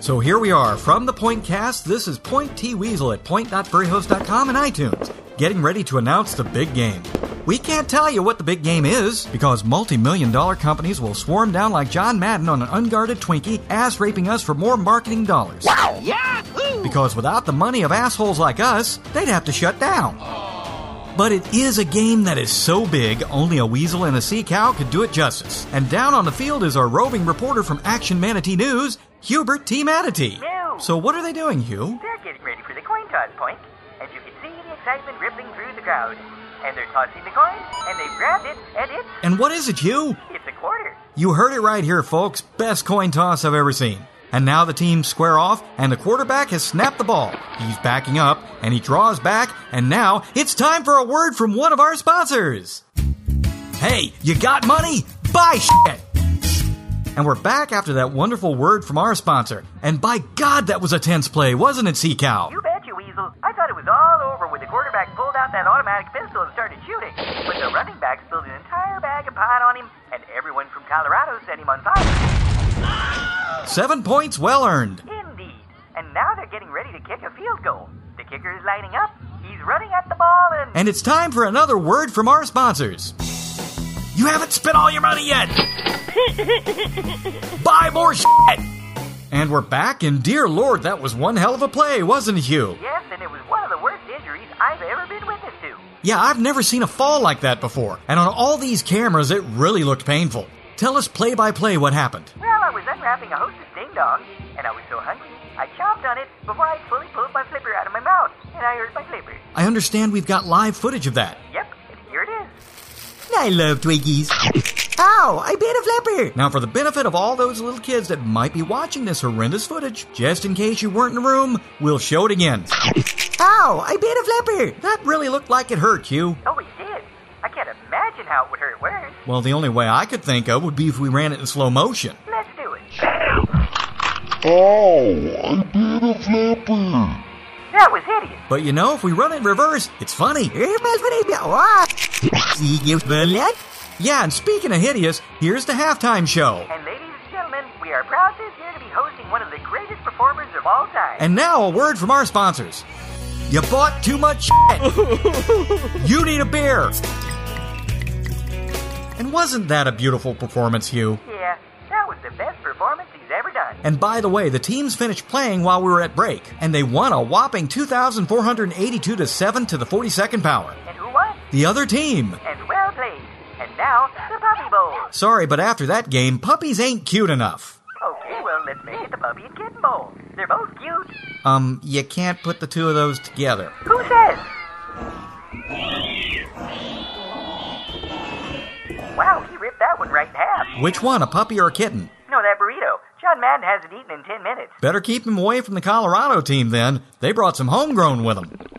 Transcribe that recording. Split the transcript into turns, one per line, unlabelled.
So here we are from the Point Cast. This is Point T Weasel at point.furryhost.com and iTunes, getting ready to announce the big game. We can't tell you what the big game is because multi million dollar companies will swarm down like John Madden on an unguarded Twinkie, ass raping us for more marketing dollars.
Wow! Yahoo!
Because without the money of assholes like us, they'd have to shut down. But it is a game that is so big, only a weasel and a sea cow could do it justice. And down on the field is our roving reporter from Action Manatee News, Hubert T. Manatee.
Meow.
So what are they doing, Hugh?
They're getting ready for the coin toss point. As you can see the excitement rippling through the crowd. And they're tossing the coin, and they've grabbed it, and it's
And what is it, Hugh?
it's a quarter.
You heard it right here, folks. Best coin toss I've ever seen. And now the teams square off, and the quarterback has snapped the ball. He's backing up, and he draws back, and now it's time for a word from one of our sponsors. Hey, you got money? Buy shit! And we're back after that wonderful word from our sponsor. And by God, that was a tense play, wasn't it, Sea Cow?
You bet you weasel. I thought it was all over when the quarterback pulled out that automatic pistol and started shooting. But the running back spilled an entire bag of pot on him, and everyone from Colorado set him on fire.
Seven points well earned.
Indeed. And now they're getting ready to kick a field goal. The kicker is lining up. He's running at the ball and
And it's time for another word from our sponsors. You haven't spent all your money yet! Buy more shit! And we're back, and dear lord, that was one hell of a play, wasn't it, Hugh?
yes, and it was one of the worst injuries I've ever been witness to.
Yeah, I've never seen a fall like that before, and on all these cameras, it really looked painful. Tell us play by play what happened.
Well, I was unwrapping a host of ding dongs, and I was so hungry, I chomped on it before I fully pulled my flipper out of my mouth, and I hurt my flipper.
I understand we've got live footage of that.
Yep, and here it is.
I love Twinkies. Ow, I bit a flipper. Now, for the benefit of all those little kids that might be watching this horrendous footage, just in case you weren't in the room, we'll show it again. Ow, I bit a flipper. That really looked like it hurt, Hugh.
Oh, it did. I can't imagine how it would hurt worse.
Well, the only way I could think of would be if we ran it in slow motion.
Let's do it.
Oh, I did a flipper!
That was hideous.
But you know, if we run it in reverse, Eh, it's funny. Yeah, and speaking of hideous, here's the halftime show.
And ladies and gentlemen, we are proud this year to be hosting one of the greatest performers of all time.
And now a word from our sponsors. You bought too much shit. you need a beer. And wasn't that a beautiful performance, Hugh?
yeah, that was the best performance he's ever done.
And by the way, the teams finished playing while we were at break, and they won a whopping 2,482 to 7 to the 42nd power.
And who won?
The other team.
And well played. And now, the Puppy Bowl.
Sorry, but after that game, puppies ain't cute enough.
Okay, well, let's make it the Puppy and Kitten Bowl. They're both cute.
Um, you can't put the two of those together.
Who says? Wow, he ripped that one right in half.
Which one, a puppy or a kitten?
No, that burrito. John Madden hasn't eaten in 10 minutes.
Better keep him away from the Colorado team then. They brought some homegrown with them.